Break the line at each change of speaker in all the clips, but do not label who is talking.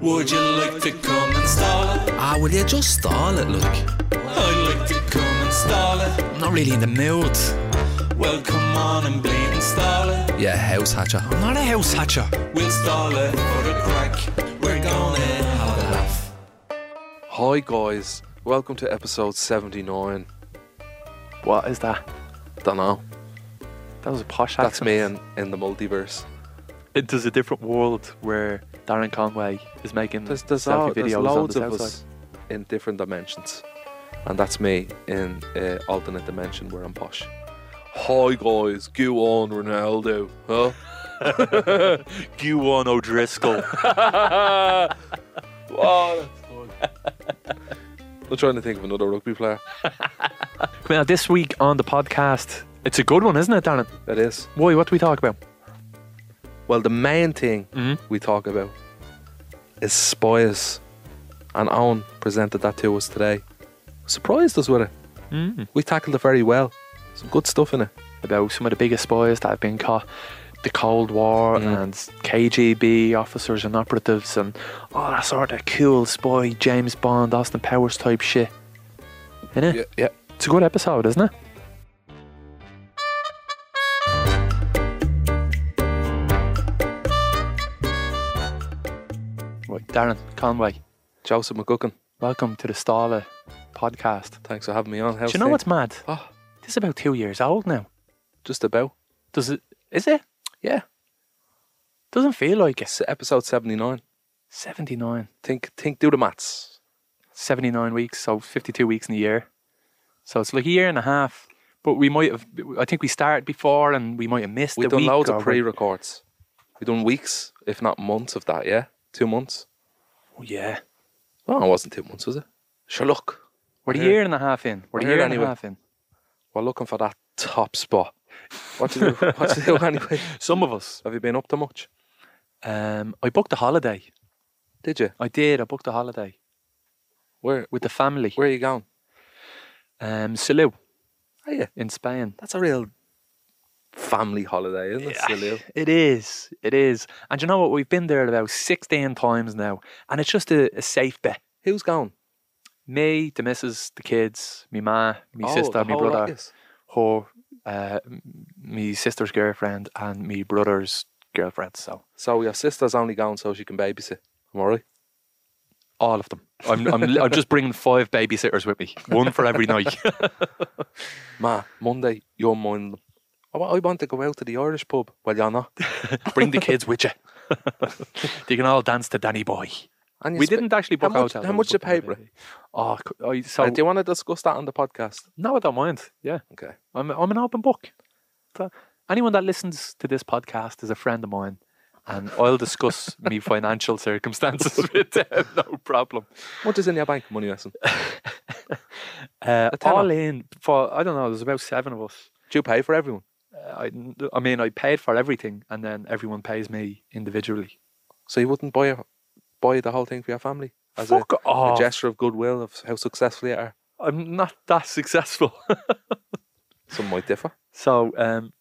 Would you like to come and stall it?
Ah, will you just stall it, look?
I'd like to come and stall it.
I'm not really in the mood.
Well, come on and bleed and stall it.
Yeah, house hatcher. I'm not a house hatcher.
We'll stall it for a crack. We're gonna have a laugh.
Hi guys, welcome to episode 79.
What is that?
Dunno,
That was a posh accent.
that's me in, in the
Mm.
multiverse.
It- There's a different world where Darren Conway is making
There's, there's,
selfie
all,
videos
there's
on
loads
the
of
south
us
side.
in different dimensions. And that's me in uh, alternate dimension where I'm posh. Hi guys, go on Ronaldo, huh?
Guan O'Driscoll.
Wow, that's good. I'm trying to think of another rugby player.
now, this week on the podcast, it's a good one, isn't it, Darren?
That is.
Why? What do we talk about?
Well, the main thing
Mhm.
we talk about is spies. And Owen presented that to us today. Surprised us with it.
Mm.
We tackled it very well. Some good stuff in it.
About some of the biggest spies that have been caught. The Cold War
Mm.
and KGB officers and operatives and all that sort of cool spy, James Bond, Austin Powers type shit. Innit?
Yeah, yeah.
It's a good episode, isn't it? Right, Darren Conway,
Joseph McGuckin,
welcome to the Stala podcast.
thanks for having me on. How's
Do you know
things?
what's mad?
Oh,
This is about two years old now.
just about.
Does it? Is it?
Yeah.
Doesn't feel like it.
It's episode 79.
79.
Think, think, do the maths.
79 weeks, so 52 weeks in a year. So it's like a year and a half. But we might have, I think we started before and we might have missed
We've
a
done
week
loads
or
of
we-
pre records. We've done weeks, if not months of that, yeah? Two months.
Oh, yeah.
Well, it wasn't two months, was it? Sure, look.
We're a
We're here.
year and a half in. We're
We're
a
here
year and
anyway.
a half in.
We're looking for that top spot. What you do, what you do anyway?
Some of us.
Have you been up to much?
Um, I booked a holiday.
Did you?
I did. I booked a holiday
Where
with the family.
Where are you going?
Um, Salou
Are you?
in Spain.
That's a real family holiday, isn't it? Silly.
It is. It is. And you know what? We've been there about 16 times now. And it's just a, a safe bet.
Who's going?
Me, the missus, the kids, me ma, me
Oh,
sister,
the
me
whole lot,
brother,
yes.
her, uh, m- me sister's girlfriend, and me brother's girlfriend. So
So your sister's only going so she can babysit. I'm alright.
all of them. I'm, I'm, li- I'm just bringing five babysitters with me, one for every night.
Ma, Monday, you're minding them. I wa- I want to go out to the Irish pub. Well, you're not.
Bring the kids with you. you can all dance to Danny Boy.
And you
We
spe-
didn't actually book
how much-
hotels.
how
we
much you
booked them,
paid,
baby. Oh, c- I, so
Uh, do you want to discuss that on the podcast?
no, I don't mind. Yeah,
Okay.
I'm I'm an open book. So anyone that listens to this podcast is a friend of mine, and I'll discuss me financial circumstances with them. No problem.
What is in your bank money lesson?
Uh,
A tenner.
all in for I don't know. There's about seven of us.
Do you pay for everyone?
Uh, I, I mean, I paid for everything, and then everyone pays me individually.
So you wouldn't buy a, buy the whole thing for your family as a,
Fuck
a
off.
gesture of goodwill of how successful you are.
I'm not that successful.
Some might differ.
So um,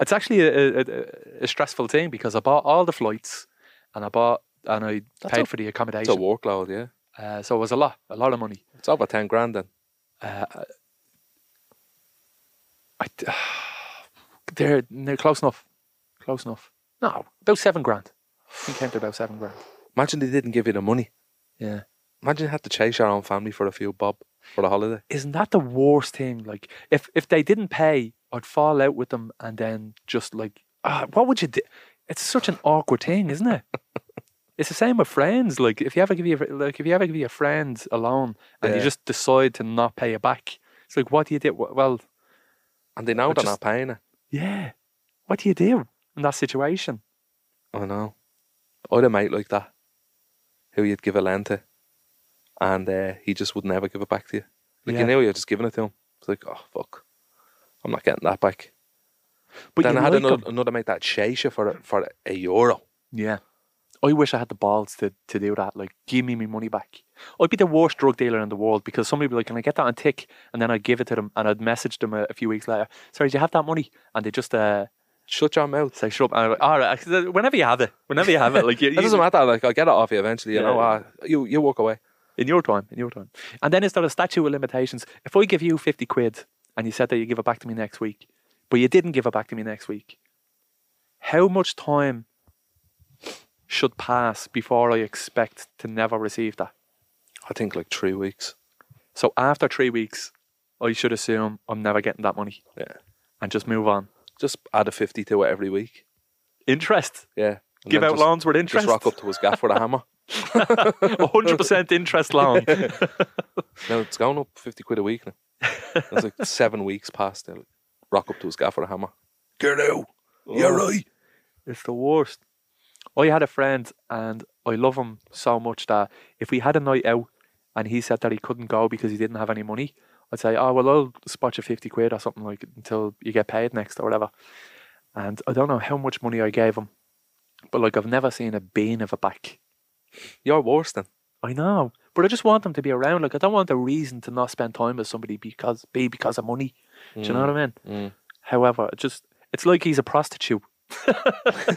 it's actually a, a- a, a stressful thing because I bought all the flights and I bought and I
That's
paid
a-
for the
It's a
accommodation.
workload, yeah.
Uh, so it was a lot, a lot of money.
It's over ten grand then.
Uh, I, they're, they're close enough. Close enough. No, about seven grand. I think it came to about seven grand.
Imagine they didn't give you the money.
Yeah.
Imagine you had to chase your own family for a few bob for the holiday.
Isn't that the worst thing? Like, if, if they didn't pay, I'd fall out with them and then just like, ah, what would you do? It's such an awkward thing, isn't it? it's the same with friends. Like, if you ever give your, like, if you ever give your friend a loan and
Yeah.
you just decide to not pay it back, it's like, what do you do? Well,
And they know
But
they're
just-
not paying it.
Yeah. What do you do in that situation?
I know. I had a mate like that who you'd give a lend to and uh, he just would never give it back to you. Like
Yeah.
you knew you were just giving it to him. It's like, oh fuck. I'm not getting that back.
But
then
you
I had
like
another,
'em.
another mate that chase you for a, for a euro.
Yeah. I wish I had the balls to, to do that. Like, give me my money back. I'd be the worst drug dealer in the world because somebody would be like, Can I get that on tick? And then I'd give it to them and I'd message them a, a few weeks later, Sorry, do you have that money? And they just uh,
shut your mouth.
It's like, shut up. And I'm like, all right. I said, Whenever you have it, whenever you have it, like you,
It
you,
doesn't matter. Like I'll get it off you eventually. You
Yeah.
know, uh, you you walk away.
in your time, in your time. And then it's not a statute of limitations. If I give you 50 quid and you said that you give it back to me next week, but you didn't give it back to me next week, how much time should pass before I expect to never receive that?
I think like three weeks.
So after three weeks, I should assume I'm never getting that money.
Yeah.
And just move on.
Just add a fifty to it every week.
Interest.
Yeah. And
give
then
out
just,
loans with
Just
interest.
rock up to his gaff with a hammer.
100% interest loan.
No, it's going up fifty quid a week now. That's like seven weeks past. They're Like, rock up to his gaff with a hammer. Get out.
Oh.
You're right.
It's the worst. I had a friend and I love him so much that if we had a night out and he said that he couldn't go because he didn't have any money, I'd say, Oh well I'll spot you fifty quid or something like until you get paid next or whatever. And I don't know how much money I gave him. But like I've never seen a bean of it back.
You're worse than.
I know. But I just want them to be around. Like I don't want a reason to not spend time with somebody because be because of money. Do you know what I mean?
Mm.
However, it just it's like he's a prostitute.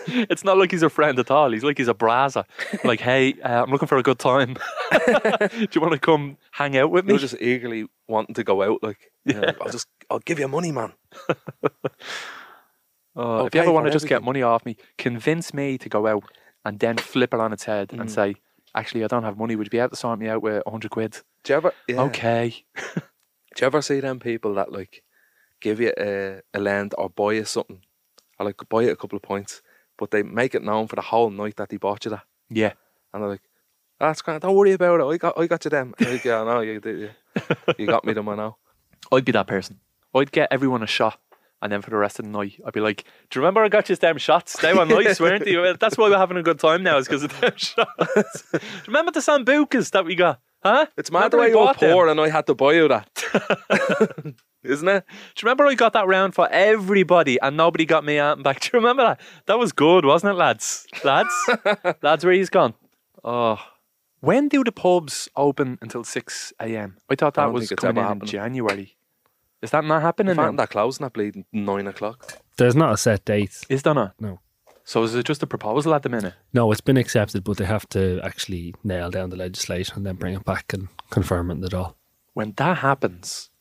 it's not like he's a friend at all. He's like he's a brasser. Like, hey, uh, I'm looking for a good time. Do you want to come hang out with me?
You're just eagerly wanting to go out. Like, you know, like, I'll just I'll give you money, man.
Uh,
I'll
if
pay
you ever want
for
to just get
everything.
money off me, convince me to go out and then flip it on its head
Mm.
and say, actually, I don't have money. Would you be able to sort me out with 100 quid?
Do you ever? Yeah.
Okay.
Do you ever see them people that like give you a, a lend or buy you something, or like buy you a couple of points, but they make it known for the whole night that they bought you that,
Yeah.
and they're like, "That's grand. Don't worry about it. I got I got you them. And you're like, yeah, I know you did. Yeah. You got me them. I know.
I'd be that person. I'd get everyone a shot. And then for the rest of the night, I'd be like, Do you remember I got you them shots? They were nice, weren't they? Well, That's why we're having a good time now, is because of them shots. Do you remember the Sambucas that we got? Huh?
It's mad the
Remember I
way you were
bought them?
poor, and I had to buy you that, isn't it?
Do you remember I got that round for everybody and nobody got me out and back? Do you remember that? That was good, wasn't it, lads? Lads? lads, where he's gone? Oh. When do the pubs open until 6 a.m.? I thought
I
that
don't
was
think it's
coming
ever
in, in
happening.
January. Is that not happening?
Phantom
Now?
that closing at bleeding nine o'clock.
There's not a set date.
Is that not?
No.
So is it just a proposal at the minute?
No, it's been accepted, but they have to actually nail down the legislation and then bring it back and confirm it and it all.
When that happens,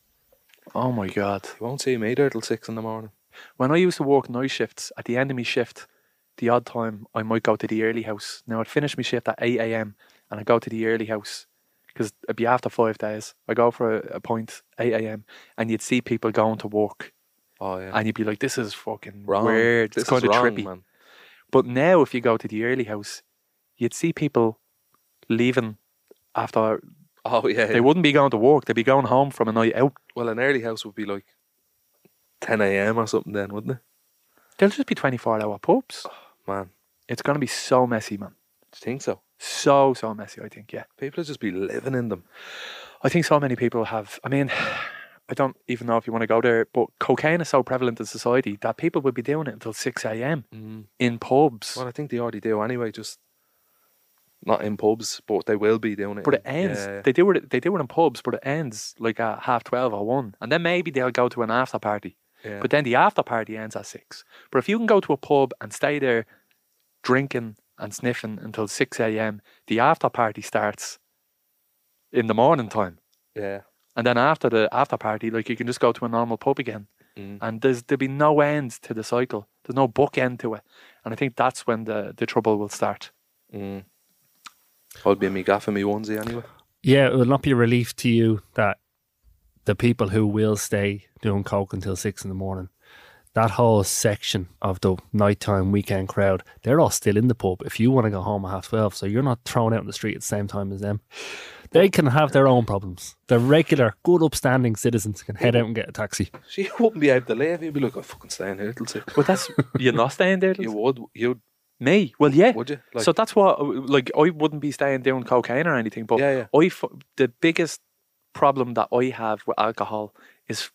oh my God.
You won't see me there till six in the morning.
When I used to work night shifts, at the end of my shift, the odd time I might go to the early house. Now I'd finish my shift at 8 a.m. and I'd go to the early house because it'd be after five days. I go for a, a point, 8 a.m., and you'd see people going to work
Oh yeah,
and you'd be like, this is fucking
wrong.
weird.
This
it's kind
is
of
wrong,
trippy.
man.
But now, if you go to the early house, you'd see people leaving after
Oh yeah.
they wouldn't be going to work, they'd be going home from a night out.
well, an early house would be like ten a.m. or something then, wouldn't it?
They'll just be 24 hour pubs.
Man,
It's going to be so messy, man.
do you think so?
So, so messy, I think, yeah.
People would just be living in them.
I think so many people have, I mean, I don't even know if you want to go there, but cocaine is so prevalent in society that people would be doing it until 6 a.m. in pubs.
Well, I think they already do anyway. Just not in pubs, but they will be doing it.
but it
in-
ends.
yeah.
They do it. They do it in pubs, but it ends like at half twelve or one, and then maybe they'll go to an after party.
Yeah.
But then the after party ends at six. But if you can go to a pub and stay there drinking and sniffing until 6 a.m., the after party starts in the morning time.
yeah,
And then after the after party, like you can just go to a normal pub again.
Mm.
And there's there'll be no end to the cycle. There's no book end to it. And I think that's when the, the trouble will start.
mm. I'd be in me gaff and me onesie anyway.
Yeah, it will not be a relief to you that the people who will stay doing coke until six in the morning, that whole section of the nighttime weekend crowd, they're all still in the pub if you want to go home at half 12. So you're not thrown out in the street at the same time as them. They can have their own problems. The regular, good, upstanding citizens can head out and get a taxi.
She wouldn't be able to leave. You'd be like, I'm fucking staying here till six.
But that's you're not staying there.
You would, you'd,
Me? Well, yeah.
would you? e Like,
so that's what, like, I wouldn't be staying doing cocaine or anything, but
Yeah,
I f- the biggest problem that I have with alcohol is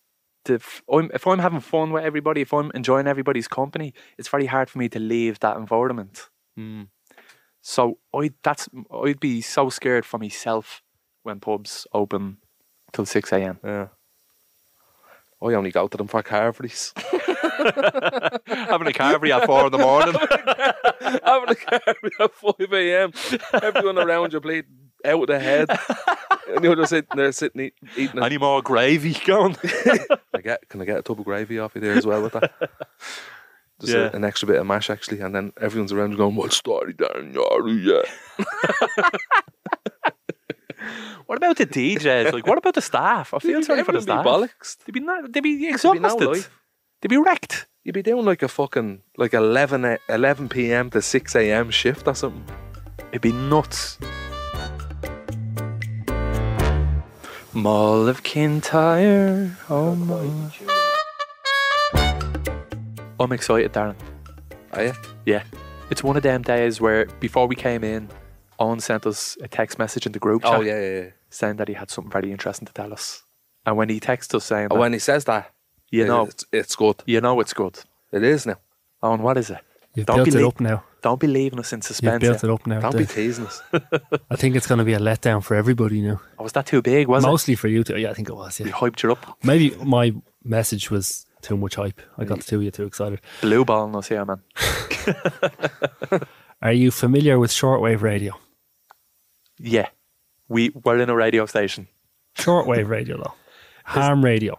the f- I'm, if I'm having fun with everybody, if I'm enjoying everybody's company, it's very hard for me to leave that environment.
Mm.
So I that's I'd be so scared for myself when pubs open till six a.m.
Oh, yeah. I only go to them for carveries.
Having a carvery at four in the morning.
Having a carry at 5 a.m. Everyone around you played out of the head. and you're just sitting there, sitting, eat, eating. it.
Any more gravy going?
Can I get, can I get a tub of gravy off you there as well with that? Just a-
Yeah.
an extra bit of mash, actually. And then everyone's around you going, What story, Dan? Yeah.
what about the DJs? Like, what about the staff? I feel sorry for the
Everyone
staff.
be bollocks.
They'd be not, they'd be
There'd be
exhausted.
no
They'd be,
life.
wrecked.
You'd be doing like a fucking like 11, a- 11 p.m. to 6 a.m. shift or something.
It'd be nuts. Mall of Kintyre. Oh my. I'm excited, Darren.
Are you?
Yeah. It's one of them days where before we came in, Owen sent us a text message in the group chat
Oh, yeah, yeah, yeah.
saying that he had something very interesting to tell us. And when he texted us saying,
And
that,
when he says that,
you know,
it's, it's good.
you know it's good.
It is now.
Owen, what is it?
You've
Don't
built
be
it
late.
up now.
Don't be leaving us in
You've
suspense.
built
yet.
it up now.
Don't
The-
be teasing us.
I think it's going to be a letdown for everybody now.
Oh, was that too big? Was
Mostly for you two. Yeah, I think it was.
it? We
Yeah.
hyped you up.
Maybe my message was too much hype. I got the two of you too excited.
Blue balling us here, man.
Are you familiar with shortwave radio?
Yeah. We were in a radio station.
Shortwave radio, though. Ham radio.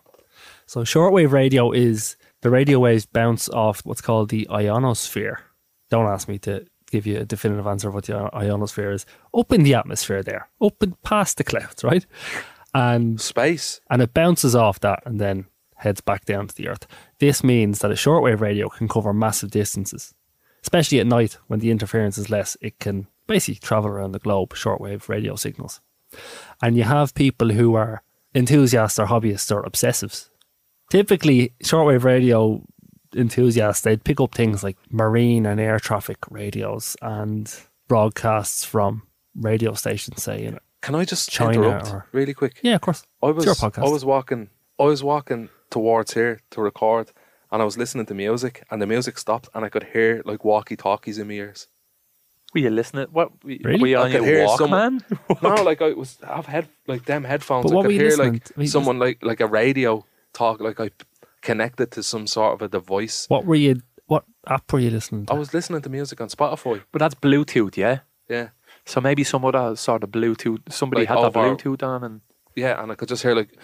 So, shortwave radio is the radio waves bounce off what's called the ionosphere. Don't ask me to give you a definitive answer of what the ion- ionosphere is. Up in the atmosphere, there, up and past the clouds, right? And
Space.
and it bounces off that and then heads back down to the earth. This means that a shortwave radio can cover massive distances, especially at night when the interference is less. It can basically travel around the globe, shortwave radio signals. And you have people who are enthusiasts or hobbyists or obsessives. Typically, shortwave radio enthusiasts, they'd pick up things like marine and air traffic radios and broadcasts from radio stations, say, you know.
Can I just
China
interrupt
or-
really quick?
Yeah, of course.
I was
your podcast.
I was walking I was walking towards here to record and I was listening to music and the music stopped and I could hear like walkie talkies in my ears.
Were you listening? What were you-
Really?
were you
I
on
could
your
hear
walk,
someone-
man?
No, like I was I've had like them headphones.
But
I
what
could
were you
hear
listening
like
to? Were you
someone like like a radio talk like I connected to some sort of a device.
What were you? What app were you listening
I
to?
was listening to music on Spotify.
But that's Bluetooth, yeah.
Yeah.
So maybe some other sort of Bluetooth. Somebody
Like
had that
over-
Bluetooth on, and
Yeah, and I could just hear like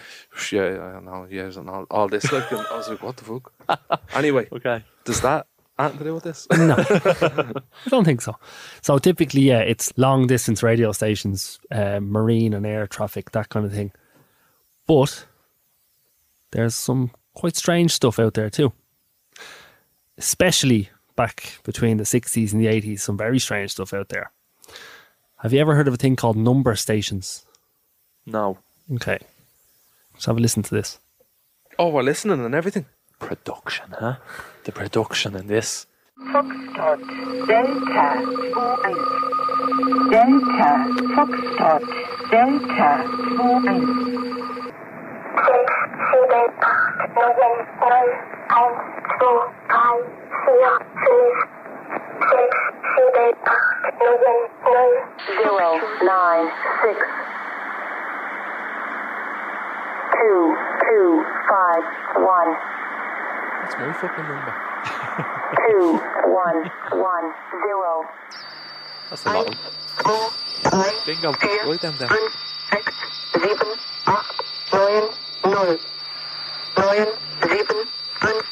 yeah, I don't know, yeah, and all, all this like and I was like, what the fuck? Anyway,
okay,
does that anything to do with this?
I don't think so. So typically, yeah, it's long distance radio stations, uh, marine and air traffic, that kind of thing. But there's some quite strange stuff out there too, especially back between the 60s and the 80s. Some very strange stuff out there. Have you ever heard of a thing called number stations?
no
Okay, let's have a listen to this.
oh, we're listening and everything.
production, huh? The production in this.
Foxtrot, Delta, and Delta, Foxtrot, Delta, and
six, zero, eight, nine, nine, and two, five, zero, three, six, zero, eight, nine, nine, zero, nine, six, two, two, five, one,
That's my fucking number.
two, one, one, zero.
That's a lot. of-
Bingo. Write them down.
Fünf, sechs, sieben, acht, neun, null. Neun, sieben, fünf,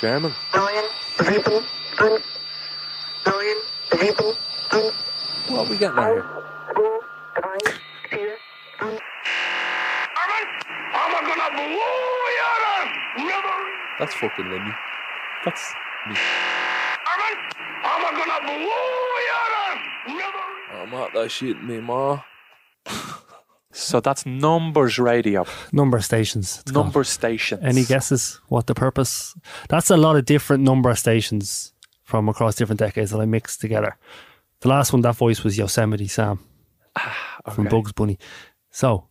German.
neun, sieben, fünf, neun, sieben, fünf,
What are we getting at here?
zwei, drei, vier, fünf.
That's fucking Lemmy.
That's
I'm out there shooting me, ma.
So that's numbers radio,
number stations. it's called.
number stations.
Any guesses what the purpose? That's a lot of different number stations from across different decades that I mixed together. The last one that voice was Yosemite Sam from
Okay.
Bugs Bunny. So,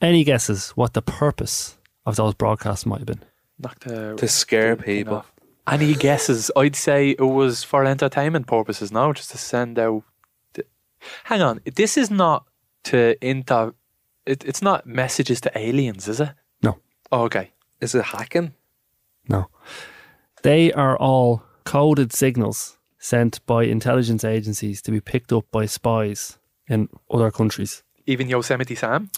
any guesses what the purpose of those broadcasts might have been?
Knock the
To scare
thing
people.
off. Any guesses? I'd say it was for entertainment purposes now, just to send out. The... Hang on, this is not to inter. It, it's not messages to aliens, is it?
No.
Oh, okay.
Is it hacking?
No. They are all coded signals sent by intelligence agencies to be picked up by spies in other countries.
Even Yosemite Sam.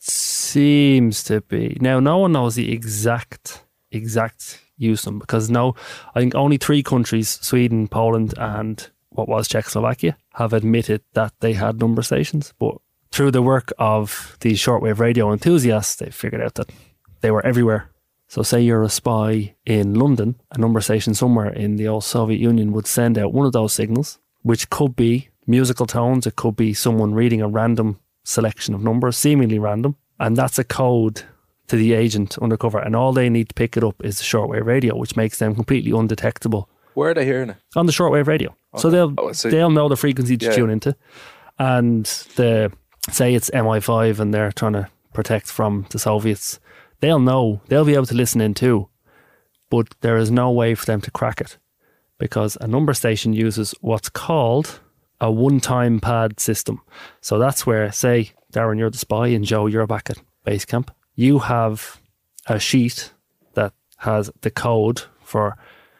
Seems to be. Now, no one knows the exact, exact use of them because no, I think only three countries, Sweden, Poland, and what was Czechoslovakia, have admitted that they had number stations. But through the work of these shortwave radio enthusiasts, they figured out that they were everywhere. So, say you're a spy in London, a number station somewhere in the old Soviet Union would send out one of those signals, which could be musical tones, it could be someone reading a random selection of numbers, seemingly random, and that's a code to the agent undercover. And all they need to pick it up is the shortwave radio, which makes them completely undetectable
Where are they hearing it?
on the shortwave radio. So they'll
Oh, I see.
they'll know the frequency to
Yeah.
tune into, and the say it's MI5 and they're trying to protect from the Soviets. They'll know they'll be able to listen in too, but there is no way for them to crack it because a number station uses what's called a one-time pad system. So that's where say Darren you're the spy and Joe you're back at base camp. You have a sheet that has the code for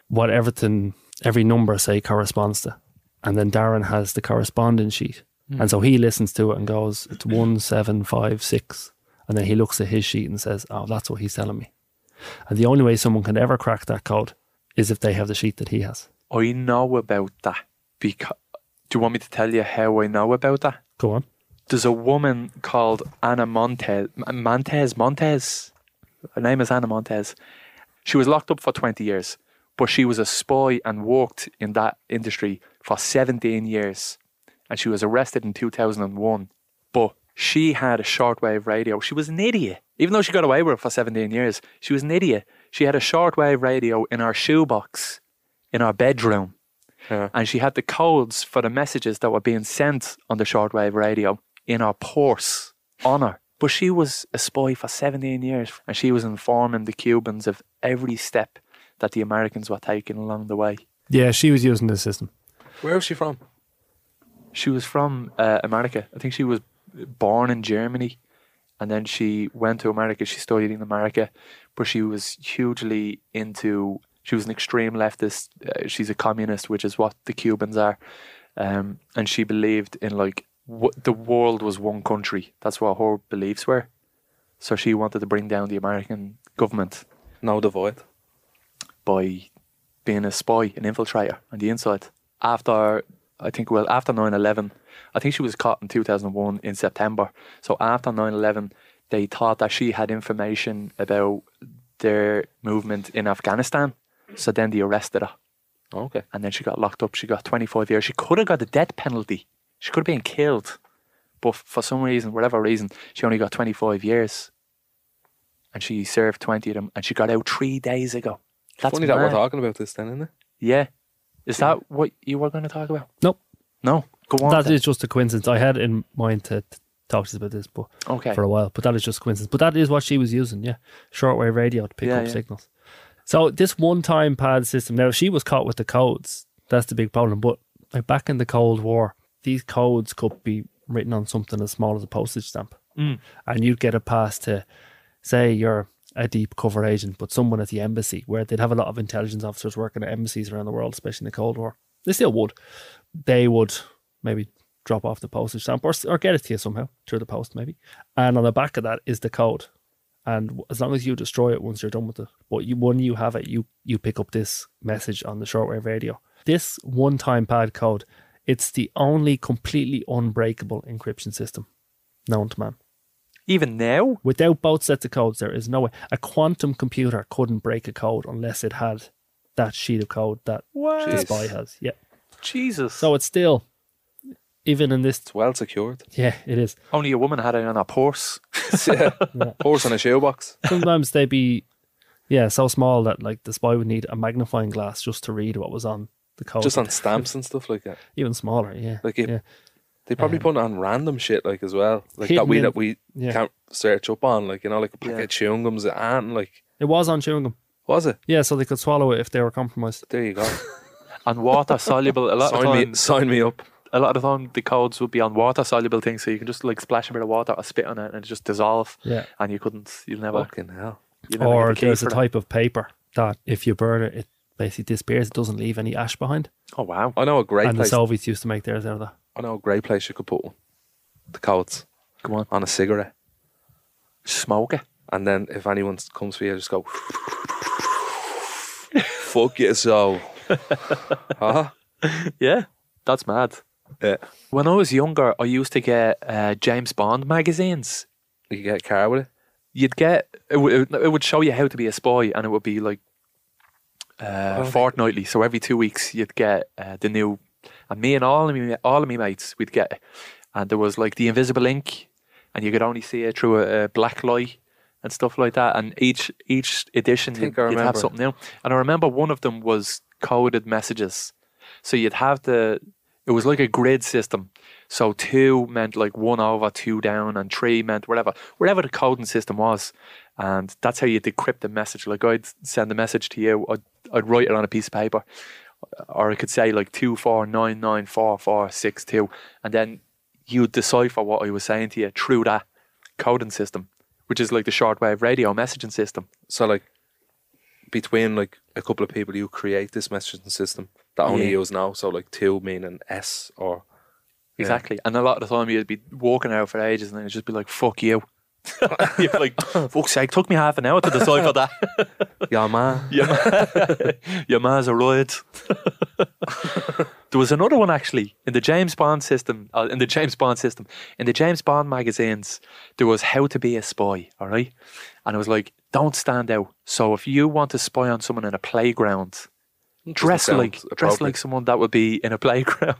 what everything every number say corresponds to. And then Darren has the correspondence sheet. And so he listens to it and goes, It's one seven five six. And then he looks at his sheet and says, Oh, that's what he's telling me. And the only way someone can ever crack that code is if they have the sheet that he has.
I know about that. Because do you want me to tell you how I know about that?
Go on.
There's a woman called Anna Montez. M- Montez. Montez. Her name is Anna Montez. She was locked up for 20 years, but she was a spy and worked in that industry for 17 years. And she was arrested in 2001. But she had a shortwave radio. She was an idiot. Even though she got away with it for 17 years, she was an idiot. She had a shortwave radio in her shoebox in her bedroom and she had the codes for the messages that were being sent on the shortwave radio in her purse on her. But she was a spy for 17 years and she was informing the Cubans of every step that the Americans were taking along the way.
Yeah, she was using the system.
Where was she from?
She was from uh, America. I think she was born in Germany and then she went to America. She studied in America, but she was hugely into. She was an extreme leftist. Uh, she's a communist, which is what the Cubans are. Um, and she believed in like w- the world was one country. That's what her beliefs were. So she wanted to bring down the American government
No, the void.
by being a spy, an infiltrator on the inside. After, I think, well, after 9 11, I think she was caught in 2001 in September. So after 9 11, they thought that she had information about their movement in Afghanistan. So then they arrested her
Okay.
and then she got locked up. She got 25 years. She could have got the death penalty. She could have been killed. But f- for some reason, whatever reason, she only got 25 years. And she served 20 of them. And she got out three days ago. That's
Funny that we're
mad.
talking about this then, isn't it?
Yeah. Is that what you were going to talk about?
Nope.
No. Go on.
That
then.
is just a coincidence. I had in mind to to talk to us about this but
Okay.
for a while, but that is just coincidence. But that is what she was using, yeah. Shortwave radio to pick
Yeah,
up
yeah.
signals. So this one time pad system, now she was caught with the codes. That's the big problem. But like back in the Cold War, these codes could be written on something as small as a postage stamp.
Mm.
And you'd get a pass to say you're a deep cover agent, but someone at the embassy, where they'd have a lot of intelligence officers working at embassies around the world, especially in the Cold War. They still would. They would maybe drop off the postage stamp or, or get it to you somehow through the post, maybe. And on the back of that is the code. And w- as long as you destroy it once you're done with it, but you, when you have it, you you pick up this message on the shortwave radio. This one-time pad code, it's the only completely unbreakable encryption system known to man.
Even now?
Without both sets of codes, there is no way. A quantum computer couldn't break a code unless it had that sheet of code that the
What?
spy has. Yeah.
Jesus.
So it's still, even in this,
It's well secured.
yeah, it is.
Only a woman had it on her purse.
yeah. Horse on a shoebox.
Sometimes they'd be, yeah, so small that like the spy would need a magnifying glass just to read what was on the code.
Just on stamps and stuff like that.
even smaller, yeah.
Like if
yeah.
they probably put on random shit like as well. Like that
Hidden
we
in-
that we
yeah.
can't search up on, like you know, like a packet
Yeah.
of chewing gums it aren't like
It was on chewing gum.
was it?
Yeah, so they could swallow it if they were compromised.
There you go.
And water soluble. A lot of
sign me
times.
sign me up.
a lot of the time the codes would be on water soluble things, so you can just like splash a bit of water or spit on it and it just dissolve.
Yeah.
And you couldn't, you'll never,
Fucking hell.
you never
Or
get the key
there's a
for that.
type of paper that if you burn it, it basically disappears. It doesn't leave any ash behind.
Oh wow.
I know a great
and the
place.
Soviets used to make theirs out of that.
I know a great place you could put one. The coats
Come on.
on a cigarette,
Smoke it.
and then if anyone comes for you, just go. Fuck Uh-huh. yourself. huh?
Yeah. That's mad.
Yeah.
When I was younger, I used to get uh, James Bond magazines.
You get a car with it.
You'd get it, w- it would- it would show you how to be a spy, and it would be like
Oh,
uh, fortnightly. So every two weeks, you'd get uh, the new. And me and all of me, all of me mates, we'd get, it. and there was like the invisible ink, and you could only see it through a, a black light and stuff like that. And each each edition,
think
you'd,
I
you'd have
remember.
something new. And I remember one of them was coded messages. So you'd have the it was like a grid system. So two meant like one over, two down, and three meant whatever, whatever the coding system was. And that's how you decrypt the message. Like I'd send a message to you, I'd, I'd write it on a piece of paper, or I could say like two four nine nine four four six two, and then you'd decipher what I was saying to you through that coding system, which is like the shortwave radio messaging system.
So like between like a couple of people you create this messaging system that only
Yeah.
use now. So like two meaning S or Yeah.
Exactly. And a lot of the time you'd be walking out for ages and then it'd just be like, fuck you. You're like, fuck's sake, took me half an hour to decipher that.
Yeah man.
Your, ma- your ma's a riot. there was another one actually in the James Bond system, uh, in the James Bond system, in the James Bond magazines, there was how to be a spy, all right? And it was like, don't stand out. So if you want to spy on someone in a playground, dress
sound
like dress like
appropriate.
someone that would be in a playground.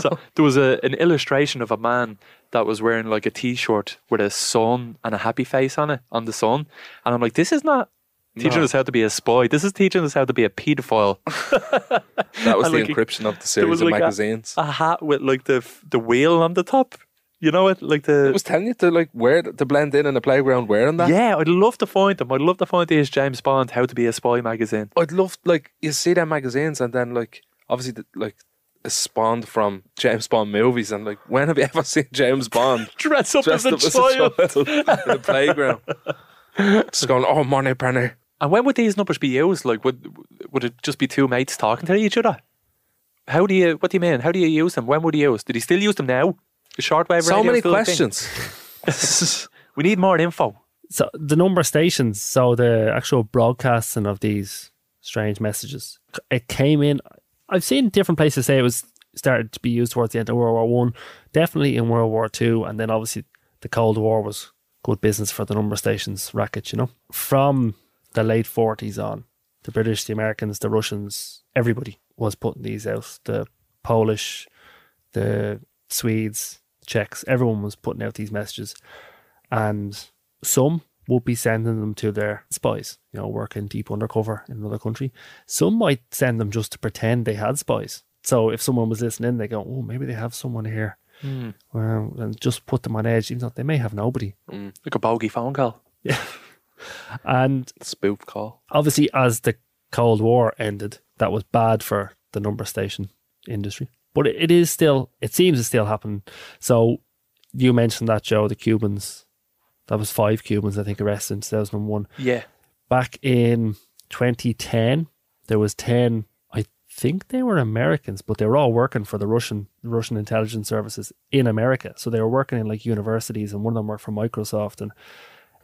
so there was a, an illustration of a man that was wearing like a t-shirt with a sun and a happy face on it on the sun, and I'm like, this is not teaching us how to be a spy. This is teaching us how to be a paedophile.
That was
And,
the
like,
encryption of the
there
series
was
of
like a-
magazines.
A hat with like the f- the wheel on the top. You know it, like the
I was telling you to like wear to blend in in the playground wearing that.
yeah. I'd love to find them. I'd love to find these James Bond How to Be a Spy magazine.
I'd love like you see them magazines and then like obviously the, like it's spawned from James Bond movies and like when have you ever seen James Bond
Dress up
dressed
as a
up as
child.
a child in a playground? Just going, oh money penny.
And when would these numbers be used? Like, would would it just be two mates talking to each other? How do you? What do you mean? How do you use them? When would he use? Did he still use them now? The shortwave
So
radio
many
still a thing?
questions.
We need more info.
So the number of stations, so the actual broadcasting of these strange messages, c- it came in. I've seen different places say it was started to be used towards the end of World War One, definitely in World War Two, and then obviously the Cold War was good business for the number of stations racket. You know, from the late forties on, the British, the Americans, the Russians, everybody was putting these out. The Polish, the Swedes, Czechs, everyone was putting out these messages and some would be sending them to their spies, you know, working deep undercover in another country. Some might send them just to pretend they had spies. So if someone was listening, they go, "Oh, maybe they have someone here," well, and just put them on edge, even though they may have nobody.
Like a bogey phone call.
And
Spoof call.
obviously, as the Cold War ended, that was bad for the number station industry. But it it is still, it seems it's still happening. So you mentioned that, Joe, the Cubans. That was five Cubans, I think, arrested in 2001.
Yeah.
back in 2010 there was 10 i think they were americans but they were all working for the russian russian intelligence services in america so they were working in like universities and one of them worked for microsoft and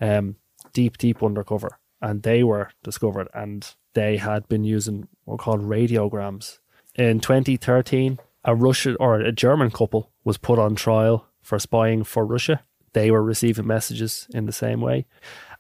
um, deep deep undercover and they were discovered and they had been using what were called radiograms in 2013 a russian or a german couple was put on trial for spying for russia they were receiving messages in the same way